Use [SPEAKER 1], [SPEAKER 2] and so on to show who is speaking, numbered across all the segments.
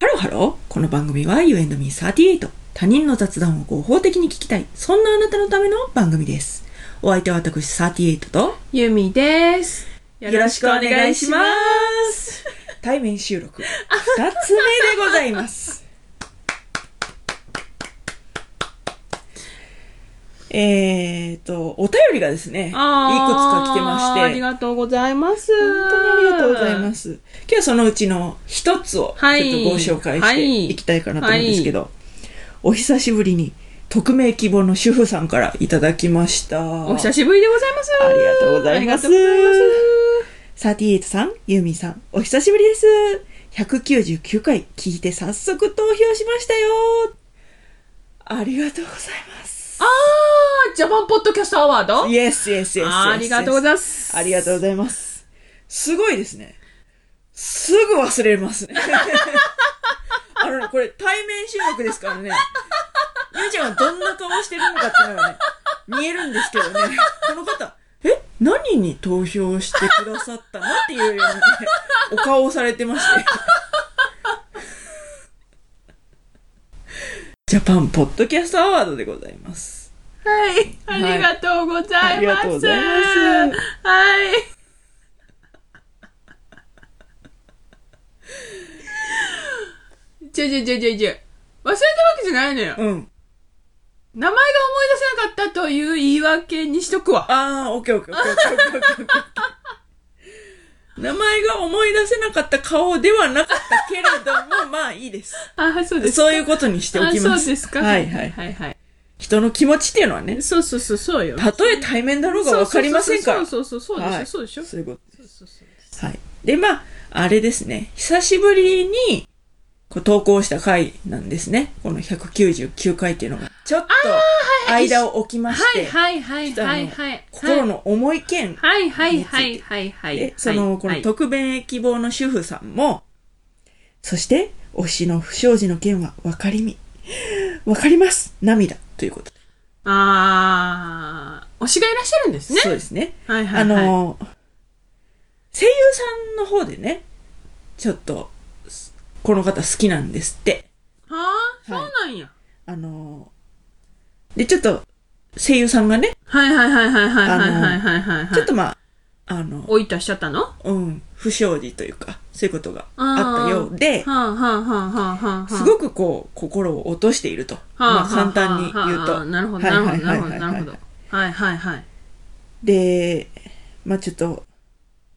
[SPEAKER 1] ハローハロー。この番組は You and me38。他人の雑談を合法的に聞きたい。そんなあなたのための番組です。お相手は私38と
[SPEAKER 2] ゆみです。よ
[SPEAKER 1] す。対面収録。二つ目でございます。 えーと、お便りがですね、いくつ
[SPEAKER 2] あー
[SPEAKER 1] か来てまして。
[SPEAKER 2] ありがとうございます。。
[SPEAKER 1] 本当にありがとうございますす。今日はそのうちの一つをちょっと
[SPEAKER 2] はい
[SPEAKER 1] ご紹介していきたいかなと思うんですけど、お久しぶりに匿名希望の主婦さんからいただきました。
[SPEAKER 2] お久しぶりでございます。
[SPEAKER 1] ありがとうございます
[SPEAKER 2] ありがとうございます
[SPEAKER 1] 38さん、ユーミンさん、お久しぶりです。199回聞いて早速投票しましたよ。ありがとうございます。
[SPEAKER 2] あー、ジャパンポッドキャストアワード
[SPEAKER 1] イエスイエスイエス。
[SPEAKER 2] ありがとうございます。
[SPEAKER 1] ありがとうございます。すごいですね。すぐ忘れますね。 あのね、これ対面収録ですからね。ゆうちゃんはどんな顔してるのかっていうのがね、見えるんですけどね。この方、え何に投票してくださったのっていうようなね、お顔をされてまして。 ジャパンポッドキャストアワードでございます。
[SPEAKER 2] はい。ありがとうござ
[SPEAKER 1] あ
[SPEAKER 2] い
[SPEAKER 1] りが
[SPEAKER 2] ます。
[SPEAKER 1] とうございます
[SPEAKER 2] はい。 ちょいちょいちょいちょいちょい。忘れたわけじゃないのよ。
[SPEAKER 1] うん。
[SPEAKER 2] 名前が思い出せなかったという言い訳にしとくわ。
[SPEAKER 1] ああ、オッケーオッケーオッケーオッケーオッケーオッケーオッケー。名前が思い出せなかった顔ではなかったけれども、まあいいです。
[SPEAKER 2] あ、そうです。
[SPEAKER 1] そういうことにしておきま
[SPEAKER 2] あ、
[SPEAKER 1] す。
[SPEAKER 2] そうですか。
[SPEAKER 1] はいはい。
[SPEAKER 2] はいはい。
[SPEAKER 1] 人の気持ちっていうのはね、
[SPEAKER 2] そうそうそう、そうよ。
[SPEAKER 1] たとえ対面だろうがわかりませんから。
[SPEAKER 2] そうそうそうそう、そうでし
[SPEAKER 1] は
[SPEAKER 2] ょ、
[SPEAKER 1] い
[SPEAKER 2] そうでしょ。
[SPEAKER 1] そういうこと
[SPEAKER 2] そうそうそうです。
[SPEAKER 1] はい。で、まあ、あれですね。久しぶりに、こう投稿した回なんですね。この199回っていうのが。ちょっと、間を置きまし
[SPEAKER 2] は
[SPEAKER 1] て、
[SPEAKER 2] いはいはいはいはい。
[SPEAKER 1] 心の思い件
[SPEAKER 2] はいはいはいはいはい。
[SPEAKER 1] で、その、この
[SPEAKER 2] はい
[SPEAKER 1] 特命希望の主婦さんも、そして、推しの不祥事の件は分かりみ。分かります。涙。ということで。
[SPEAKER 2] あー、推しがいらっしゃるんですね。
[SPEAKER 1] そうですね。
[SPEAKER 2] はいはい。
[SPEAKER 1] あ
[SPEAKER 2] はい、
[SPEAKER 1] の、声優さんの方でね、ちょっと、すこの方好きなんですって。
[SPEAKER 2] はあ、そうなんや。
[SPEAKER 1] あの、で、ちょっと、声優さんがね、
[SPEAKER 2] はいはいはいはいはいはいはいはい。
[SPEAKER 1] ちょっとまあ、あの、
[SPEAKER 2] おいたしちゃったのは
[SPEAKER 1] うん、不祥事というか、そういうことがあったようで
[SPEAKER 2] あ、はあはあはあはあ。
[SPEAKER 1] すごくこう、心を落としていると。まあ、簡単に言うと。
[SPEAKER 2] なるほど、
[SPEAKER 1] は
[SPEAKER 2] ないるほ
[SPEAKER 1] はいはいは
[SPEAKER 2] ど、なるほど、
[SPEAKER 1] い
[SPEAKER 2] なるほど。はいはいはい。
[SPEAKER 1] で、まあちょっと、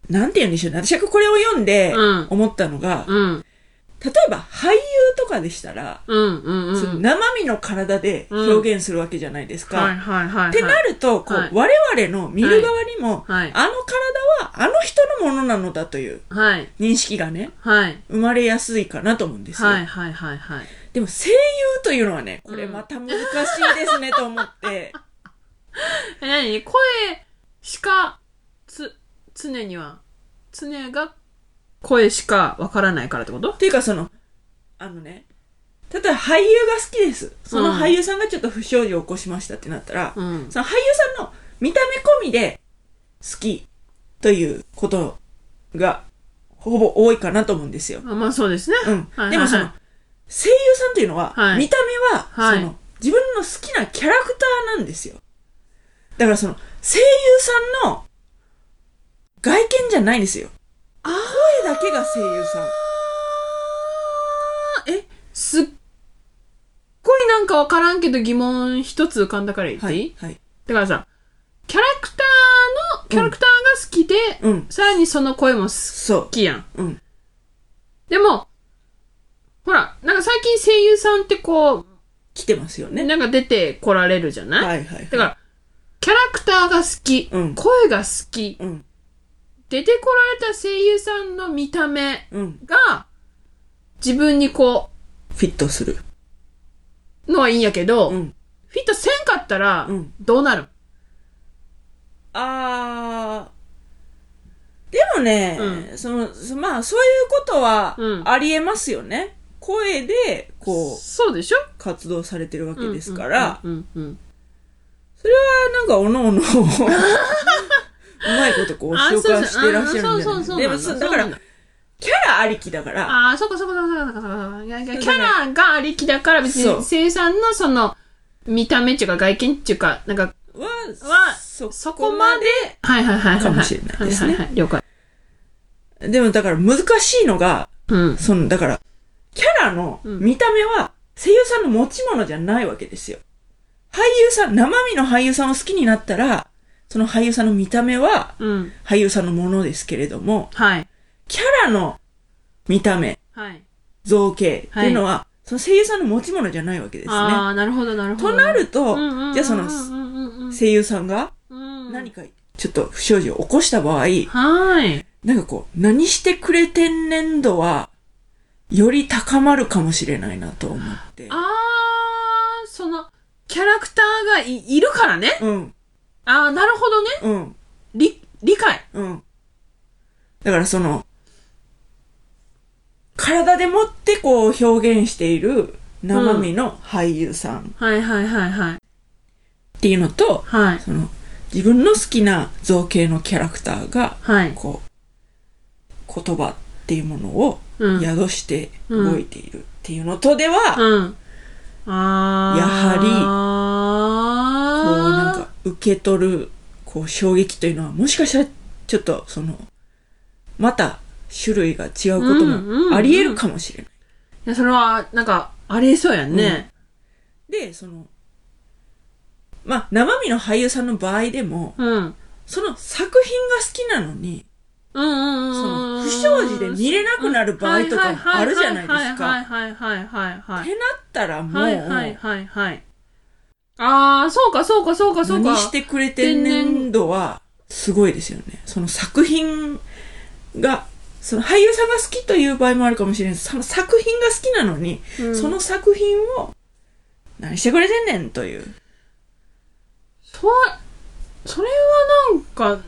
[SPEAKER 1] なんて言うんでしょうね。私はこれを読んで
[SPEAKER 2] うん
[SPEAKER 1] 思ったのが、
[SPEAKER 2] うん、
[SPEAKER 1] 例えば俳優とかでしたら、
[SPEAKER 2] うん、うん、う
[SPEAKER 1] その
[SPEAKER 2] ん。
[SPEAKER 1] 生身の体で表現するわけじゃないですか。
[SPEAKER 2] はいはいはい。
[SPEAKER 1] ってなると、こう、
[SPEAKER 2] はい
[SPEAKER 1] 我々の見る側にも、
[SPEAKER 2] はいはい
[SPEAKER 1] あの体はあの人のものなのだという
[SPEAKER 2] はい、
[SPEAKER 1] 認識がね、
[SPEAKER 2] はい、
[SPEAKER 1] 生まれやすいかなと思うんですよ。
[SPEAKER 2] はいはいはいはい。
[SPEAKER 1] でも声優というのはね、これまた難しいですねと思って。
[SPEAKER 2] え、なに声しか、つ、常には、常が声しかわからないからってこと
[SPEAKER 1] っていうかその、あのね、例えば俳優が好きです。その俳優さんがちょっと不祥事を起こしましたってなったら、
[SPEAKER 2] うん。
[SPEAKER 1] その俳優さんの見た目込みで好きということがほぼ多いかなと思うんですよ。
[SPEAKER 2] あまあそうですね。
[SPEAKER 1] うん
[SPEAKER 2] はいはいは。い
[SPEAKER 1] でもその、声優さんというのは、
[SPEAKER 2] はい
[SPEAKER 1] 見た目は、
[SPEAKER 2] はい
[SPEAKER 1] その、自分の好きなキャラクターなんですよ。だからその、声優さんの外見じゃないんですよ。
[SPEAKER 2] あ
[SPEAKER 1] 声だけが声優さん。
[SPEAKER 2] ーえ、すっごいなんかわからんけど疑問一つ浮かんだから言って
[SPEAKER 1] はい
[SPEAKER 2] い、
[SPEAKER 1] い。はい。
[SPEAKER 2] だからさ、キャラクターの、キャラクターが好きで、
[SPEAKER 1] うん。
[SPEAKER 2] さらにその声も好
[SPEAKER 1] そ
[SPEAKER 2] きやん。
[SPEAKER 1] う。うん。
[SPEAKER 2] でも、ほら、なんか最近声優さんってこ
[SPEAKER 1] 来てますよ
[SPEAKER 2] う、
[SPEAKER 1] ね。
[SPEAKER 2] なんか出てこられるじゃない、
[SPEAKER 1] はいはい。
[SPEAKER 2] だから、キャラクターが好き、
[SPEAKER 1] うん
[SPEAKER 2] 声が好き、
[SPEAKER 1] ら、うん。
[SPEAKER 2] 出てこられた声優さんの見た目
[SPEAKER 1] うん。
[SPEAKER 2] が、自分にこ
[SPEAKER 1] フィットする。
[SPEAKER 2] う、のはいいんやけど、
[SPEAKER 1] うん。
[SPEAKER 2] フィットせんかったら
[SPEAKER 1] うん、
[SPEAKER 2] どうなる、
[SPEAKER 1] あー。でもね、
[SPEAKER 2] う
[SPEAKER 1] その、そまあ、そういうことは
[SPEAKER 2] う、ん
[SPEAKER 1] ありえますよね。声で、こう、
[SPEAKER 2] そうでしょ
[SPEAKER 1] 活動されてるわけですから、
[SPEAKER 2] うんうんうんうん
[SPEAKER 1] それは、なんか、おのおの、うまいこと、こう、
[SPEAKER 2] あ
[SPEAKER 1] 消化してらっしゃるんじゃ
[SPEAKER 2] そうそうそうそう
[SPEAKER 1] ないでも、
[SPEAKER 2] そ
[SPEAKER 1] そうだから、キャラありきだから、
[SPEAKER 2] ああ、そうかそうかそうかそうかそうか。いやいやキャラがありきだから別
[SPEAKER 1] そう
[SPEAKER 2] に生産のその見た目っていうか外見っていうか、なんか、
[SPEAKER 1] は、
[SPEAKER 2] は
[SPEAKER 1] そ
[SPEAKER 2] そこまで、はいはいはいはいはい。
[SPEAKER 1] かもしれないですね
[SPEAKER 2] はいはいはい了解。
[SPEAKER 1] で。でもだから難しいのが、
[SPEAKER 2] うん。
[SPEAKER 1] その、だから、キャラの
[SPEAKER 2] うん
[SPEAKER 1] 見た目は声優さんの持ち物じゃないわけですよ。俳優さん、生身の俳優さんを好きになったら、その俳優さんの見た目は
[SPEAKER 2] うん。
[SPEAKER 1] 俳優さんのものですけれども、
[SPEAKER 2] はい。
[SPEAKER 1] キャラの見た目、
[SPEAKER 2] はい。
[SPEAKER 1] 造形っていうのは、その声優さんの持ち物じゃないわけです
[SPEAKER 2] あ
[SPEAKER 1] ね。
[SPEAKER 2] あ、なるほどなるほど。
[SPEAKER 1] となると、
[SPEAKER 2] うんうんうんうん、
[SPEAKER 1] じゃあその
[SPEAKER 2] うんうんうん
[SPEAKER 1] 声優さんが
[SPEAKER 2] うん
[SPEAKER 1] 何かちょっと不祥事を起こした場合、
[SPEAKER 2] はい。
[SPEAKER 1] なんかこう、何してくれてんねん度は、より高まるかもしれないなと思って。
[SPEAKER 2] ああ、その、キャラクターがいいるからね。
[SPEAKER 1] うん、
[SPEAKER 2] ああ、なるほどね。
[SPEAKER 1] うん、
[SPEAKER 2] 理、理解。
[SPEAKER 1] うん。だからその、体でもってこう表現している生身の俳優さん
[SPEAKER 2] はいはいはいはい。
[SPEAKER 1] っていうのと、
[SPEAKER 2] はい。
[SPEAKER 1] その、自分の好きな造形のキャラクターが、
[SPEAKER 2] はい。
[SPEAKER 1] こう、言葉っていうものを
[SPEAKER 2] うん。
[SPEAKER 1] 宿して動いているっていうのとでは、
[SPEAKER 2] うん。ああ。
[SPEAKER 1] やはりこう
[SPEAKER 2] あ
[SPEAKER 1] なんか受け取るこう衝撃というのはもしかしたらちょっとそのまた種類が違うこと
[SPEAKER 2] うんうんうん
[SPEAKER 1] もあり得るかもしれない。
[SPEAKER 2] いや、それは、なんか、ありえそうやんね。
[SPEAKER 1] でそのまあ生身の俳優さんの場合でも
[SPEAKER 2] うん。うん
[SPEAKER 1] その作品が好きなのに
[SPEAKER 2] うんうんうん。
[SPEAKER 1] その不祥事で見れなくなる場合とかもあるじゃないです
[SPEAKER 2] は
[SPEAKER 1] か。
[SPEAKER 2] いはいはいはいは
[SPEAKER 1] っ
[SPEAKER 2] い
[SPEAKER 1] てなったらもう
[SPEAKER 2] はい。はいはいはいはい。ああ、そうかそうかそうかそうか。
[SPEAKER 1] 何してくれてんねん度はすごいですよね。その作品が、その俳優さんが好きという場合もあるかもしれないです。その作品が好きなのに、
[SPEAKER 2] うん
[SPEAKER 1] その作品を何してくれてんねんという。
[SPEAKER 2] そ、それはなんか、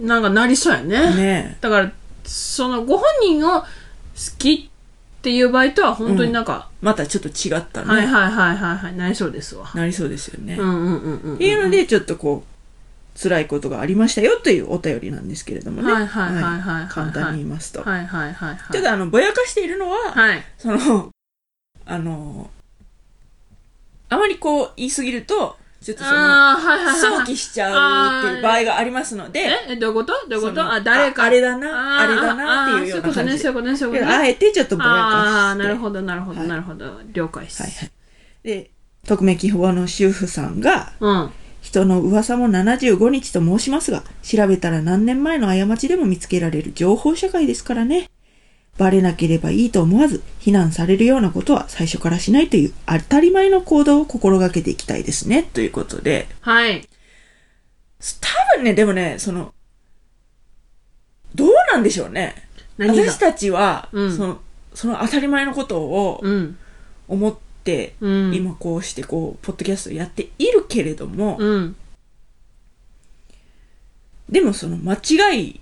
[SPEAKER 2] なんかなりそうやね。
[SPEAKER 1] ね
[SPEAKER 2] だから、そのご本人を好きっていう場合とは本当になんか、
[SPEAKER 1] またちょっと違ったね。
[SPEAKER 2] はいはいはいはいはい、なりそうですわ。
[SPEAKER 1] なりそうですよね。
[SPEAKER 2] う
[SPEAKER 1] っ
[SPEAKER 2] んうんうんうん。って
[SPEAKER 1] いうの、で、ちょっとこう、辛いことがありましたよというお便りなんですけれどもね。
[SPEAKER 2] はいはいはいはいはいはい
[SPEAKER 1] 簡単に言いますと。
[SPEAKER 2] はいはいはいはい。
[SPEAKER 1] ちょっとあの、ぼやかしているのは、
[SPEAKER 2] はい。
[SPEAKER 1] その、あの、あまりこう言いすぎると、ちょっとその、
[SPEAKER 2] ああ、はいはいはいは
[SPEAKER 1] 想
[SPEAKER 2] い。
[SPEAKER 1] 起しちゃうっていう場合がありますので、
[SPEAKER 2] ええどういうことどういうこ
[SPEAKER 1] そ
[SPEAKER 2] と
[SPEAKER 1] の
[SPEAKER 2] あ、誰か。
[SPEAKER 1] ああれだな、あ
[SPEAKER 2] ー
[SPEAKER 1] れだなっていうような感
[SPEAKER 2] あー
[SPEAKER 1] じ
[SPEAKER 2] そういうことね、そういうことね、そういう
[SPEAKER 1] で
[SPEAKER 2] ことね。
[SPEAKER 1] あえてちょっとぼやかして。
[SPEAKER 2] ああー、なるほど、なるほど、
[SPEAKER 1] はい
[SPEAKER 2] なるほど。了解です。
[SPEAKER 1] はいはい。で、匿名希望の主婦さんが、
[SPEAKER 2] うん。
[SPEAKER 1] 人の噂も75日と申しますが、調べたら何年前の過ちでも見つけられる情報社会ですからね。バレなければいいと思わず、非難されるようなことは最初からしないという当たり前の行動を心がけていきたいですね。ということで。
[SPEAKER 2] はい。
[SPEAKER 1] 多分ね、でもね、その、どうなんでしょうね。
[SPEAKER 2] 何が
[SPEAKER 1] 私たちは、
[SPEAKER 2] うん
[SPEAKER 1] その、その当たり前のことを
[SPEAKER 2] うん。
[SPEAKER 1] 思って、
[SPEAKER 2] うん。
[SPEAKER 1] 今こうしてこう、ポッドキャストやっているけれども、
[SPEAKER 2] うん。
[SPEAKER 1] でもその間違い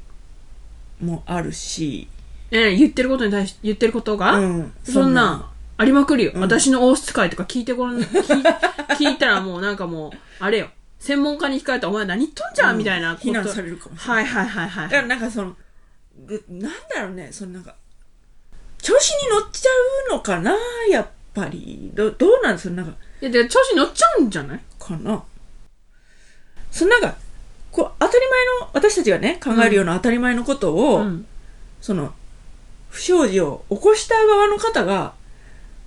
[SPEAKER 1] もあるし、
[SPEAKER 2] え、言ってることに対し、言ってることが、
[SPEAKER 1] うん
[SPEAKER 2] そんなん、ありまくるよ。
[SPEAKER 1] ん
[SPEAKER 2] 私の王室会とか聞いてごらん、聞い 聞いたらもうなんかもう、あれよ。専門家に聞かれたら、お前何言っとんじゃん、みたいなこと。
[SPEAKER 1] 非難されるかもしれない。
[SPEAKER 2] はいはいはいはい。
[SPEAKER 1] だからなんかその、でなんだろうね、そのなんか、調子に乗っちゃうのかな、やっぱり。どどうなんですか、なんか、
[SPEAKER 2] いや、で、調子に乗っちゃうんじゃない
[SPEAKER 1] かな。そのなんか、こう、当たり前の、私たちがね、考えるような当たり前のことを、
[SPEAKER 2] うん。
[SPEAKER 1] その、不祥事を起こした側の方が、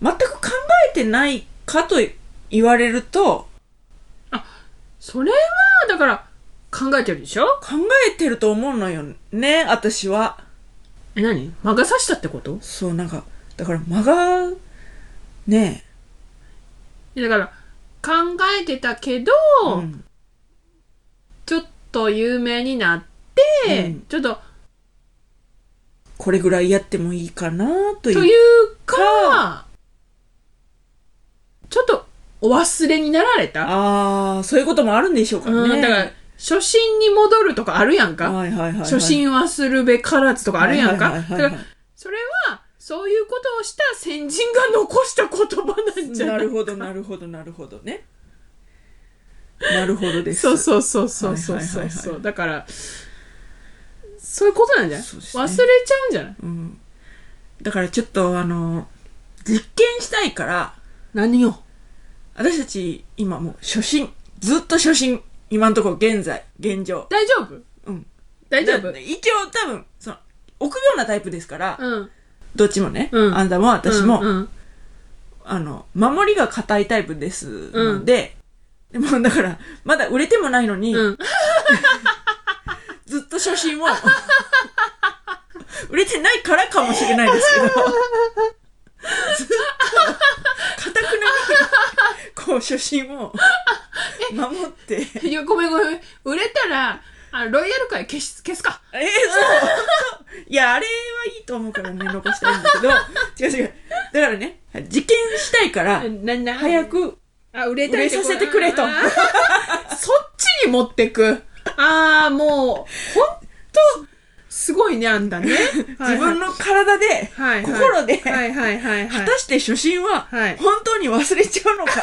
[SPEAKER 1] 全く考えてないかと言われると、
[SPEAKER 2] それは、だから、考えてるでしょ
[SPEAKER 1] 考えてると思うのよね、私は。
[SPEAKER 2] え、何魔が差したってこと
[SPEAKER 1] そう、なんか、だから間が、ね
[SPEAKER 2] いやだから、考えてたけど、
[SPEAKER 1] え、うん、
[SPEAKER 2] ちょっと有名になって、
[SPEAKER 1] うん
[SPEAKER 2] ちょっと、
[SPEAKER 1] これぐらいやってもいいかなという。
[SPEAKER 2] というか、ちょっとお忘れになられた。
[SPEAKER 1] ああ、そういうこともあるんでしょうかね。
[SPEAKER 2] うん、だから、初心に戻るとかあるやんか。
[SPEAKER 1] はいはいはいはい、
[SPEAKER 2] 初心はするべからずとかあるやんか。
[SPEAKER 1] はいは
[SPEAKER 2] だ
[SPEAKER 1] い
[SPEAKER 2] か
[SPEAKER 1] はいはい
[SPEAKER 2] ら、それは、そういうことをした先人が残した言葉なんじゃな
[SPEAKER 1] ないるほど、なるほど、なるほどね。なるほどです。
[SPEAKER 2] そうそうそうそうそう
[SPEAKER 1] はいはい
[SPEAKER 2] そう
[SPEAKER 1] はいはい
[SPEAKER 2] そう。だから、そういうことなんじゃない、
[SPEAKER 1] そうですね
[SPEAKER 2] 忘れちゃうんじゃない
[SPEAKER 1] うん。だからちょっとあの、実験したいから、
[SPEAKER 2] 何を
[SPEAKER 1] 私たち今もう初心、ずっと初心、今のところ現在、現状。
[SPEAKER 2] 大丈夫
[SPEAKER 1] うん。
[SPEAKER 2] 大丈夫
[SPEAKER 1] だ一応多分、その、臆病なタイプですから、
[SPEAKER 2] うん。
[SPEAKER 1] どっちもね、
[SPEAKER 2] うん
[SPEAKER 1] あんたも私も、
[SPEAKER 2] うん。
[SPEAKER 1] あの、守りが硬いタイプですので、でもだから、まだ売れてもないのに、
[SPEAKER 2] うん。
[SPEAKER 1] ずっと初心を、売れてないからかもしれないですけど、ずっと、かたくなに、こう、初心を、守って、え
[SPEAKER 2] いや、ごめんごめん。売れたら、あロイヤル会消し、消すか。
[SPEAKER 1] えそういや、あれはいいと思うからね、残したいんだけど、違う違う。だからね、実験したいから、
[SPEAKER 2] な、な、
[SPEAKER 1] 早。く
[SPEAKER 2] あ、売れ
[SPEAKER 1] 売
[SPEAKER 2] た
[SPEAKER 1] れ
[SPEAKER 2] いってこ
[SPEAKER 1] させてくれと
[SPEAKER 2] あ。ーそっちに持ってく。ああ、もう、ほんと、すごいね、あんだね。
[SPEAKER 1] 自分
[SPEAKER 2] の、
[SPEAKER 1] の体で、
[SPEAKER 2] はいはい
[SPEAKER 1] 心で、
[SPEAKER 2] はいはいはいは
[SPEAKER 1] 果
[SPEAKER 2] い。
[SPEAKER 1] たして初心は
[SPEAKER 2] はい
[SPEAKER 1] 本当に忘れちゃう のか、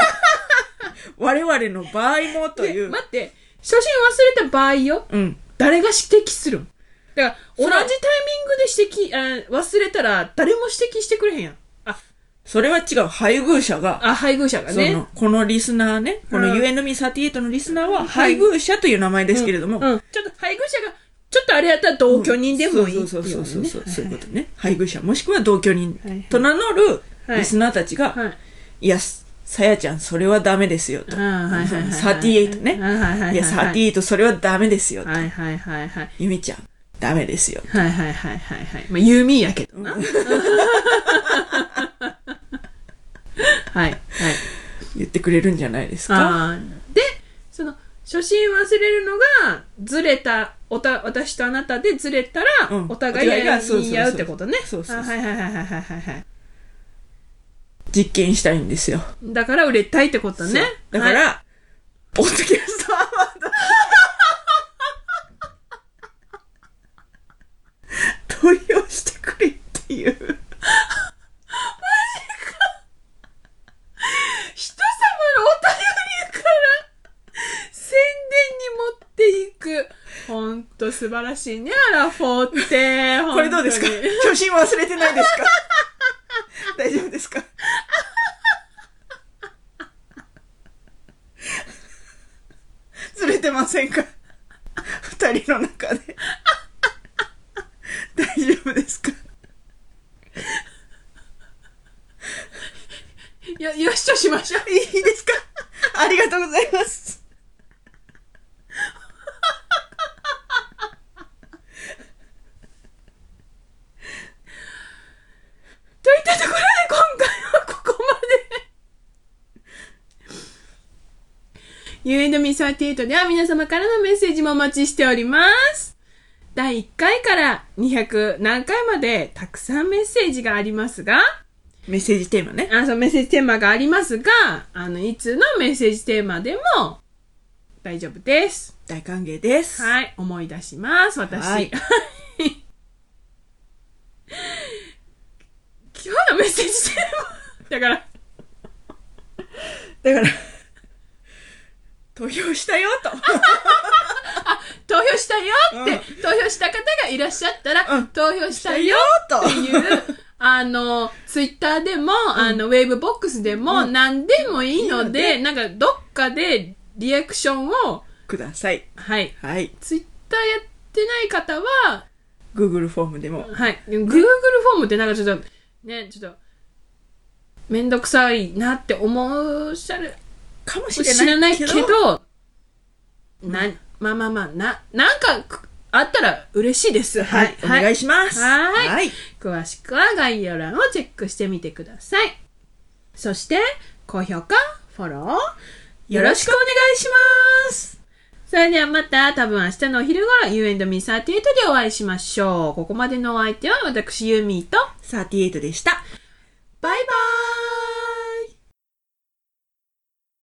[SPEAKER 1] 我々の場合もとい
[SPEAKER 2] で
[SPEAKER 1] う。
[SPEAKER 2] 待って、初心忘れた場合よ。
[SPEAKER 1] うん。
[SPEAKER 2] 誰が指摘するんだから、同
[SPEAKER 1] そ
[SPEAKER 2] じ
[SPEAKER 1] ら
[SPEAKER 2] タイミングで指摘、あ忘れたら、誰も指摘してくれへんやん。あ、
[SPEAKER 1] それは違う。配偶者が、
[SPEAKER 2] あ配偶者が
[SPEAKER 1] そ
[SPEAKER 2] ね
[SPEAKER 1] の。、このリスナーね、こ
[SPEAKER 2] う
[SPEAKER 1] の
[SPEAKER 2] ん
[SPEAKER 1] UNME38 のリスナーは、
[SPEAKER 2] はい
[SPEAKER 1] 配偶者という名前ですけれども、
[SPEAKER 2] うん、ちょっと配偶者が、ちょっとあれやったら同居人でもいいって
[SPEAKER 1] そう
[SPEAKER 2] い
[SPEAKER 1] そううそうそうそう、そういう
[SPEAKER 2] ね
[SPEAKER 1] ことね。配偶者、もしくは同居人
[SPEAKER 2] はいはい
[SPEAKER 1] と名乗る
[SPEAKER 2] はい
[SPEAKER 1] リスナーたちが、
[SPEAKER 2] はいはい。
[SPEAKER 1] いや、さやちゃん、それはダメですよ、と。
[SPEAKER 2] あーはいはいはいはい
[SPEAKER 1] 38ね。
[SPEAKER 2] はいはいはいはい
[SPEAKER 1] いや、38、それはダメですよ、と。
[SPEAKER 2] はいはいはいはい。
[SPEAKER 1] ゆみちゃん、ダメですよ。
[SPEAKER 2] はいはいはいはいはい。まあ、ユーミンやけどな。はいはい。
[SPEAKER 1] 言ってくれるんじゃないですか。
[SPEAKER 2] あーで、その、初心忘れるのが、ずれた、おた、私とあなたでずれたら、
[SPEAKER 1] うん
[SPEAKER 2] お互い
[SPEAKER 1] お互いがそうそうそう
[SPEAKER 2] 言い合うってことね。
[SPEAKER 1] そうそうそう
[SPEAKER 2] あはいはいはいはいはいはいはい。
[SPEAKER 1] 実験したいんですよ。
[SPEAKER 2] だから売れたいってことね。
[SPEAKER 1] だから、
[SPEAKER 2] はい
[SPEAKER 1] ポッドキャストアワード。 投票してくれっていう。
[SPEAKER 2] 人様のお便りから宣伝に持っていく。ほんと素晴らしいね、アラフォーって。
[SPEAKER 1] これどうですか
[SPEAKER 2] ほんとに
[SPEAKER 1] 初心忘れてないですか 大丈夫ですかずれてませんか二人の中で。大丈夫ですか
[SPEAKER 2] いや、よしとしましょう。
[SPEAKER 1] いいですか ありがとうございます。
[SPEAKER 2] といったところで今回はここまで。ゆえのみさティートでは皆様からのメッセージもお待ちしております。第1回から200何回までたくさんメッセージがありますが、
[SPEAKER 1] メッセージテーマね。
[SPEAKER 2] あそうメッセージテーマがありますが、あの、いつのメッセージテーマでも大丈夫です。
[SPEAKER 1] 大歓迎です。
[SPEAKER 2] はい、思い出します、私。
[SPEAKER 1] はい
[SPEAKER 2] 今日のメッセージテーマ。だから、
[SPEAKER 1] だから、投票したよ と。
[SPEAKER 2] 投票したよって、
[SPEAKER 1] うん
[SPEAKER 2] 投票した方がいらっしゃったら、
[SPEAKER 1] うん
[SPEAKER 2] 投票したよ
[SPEAKER 1] と。
[SPEAKER 2] っていう、あの、ツイッターでも、あの、ウェーブボックスでも、何でもいいので、なんか、どっかでリアクションを、
[SPEAKER 1] ください。
[SPEAKER 2] はい、
[SPEAKER 1] はい。
[SPEAKER 2] ツイッターやってない方は、
[SPEAKER 1] Google フォームでも。
[SPEAKER 2] はい。Google フォームってなんかちょっと、ね、ちょっと、めんどくさいなって思うしゃる、
[SPEAKER 1] かもしれない
[SPEAKER 2] 知らないけど、な、まあまあまあ、な、なんかく、あったら嬉しいです。
[SPEAKER 1] はい。お願いします。
[SPEAKER 2] はい
[SPEAKER 1] はい。
[SPEAKER 2] 詳しくは概要欄をチェックしてみてください。そして、高評価、フォロー、よろしくお願いします。それではまた、多分明日のお昼頃、You and Me38 でお会いしましょう。ここまでのお相手は私、ユーミーと、
[SPEAKER 1] 38でした。
[SPEAKER 2] バイバーイ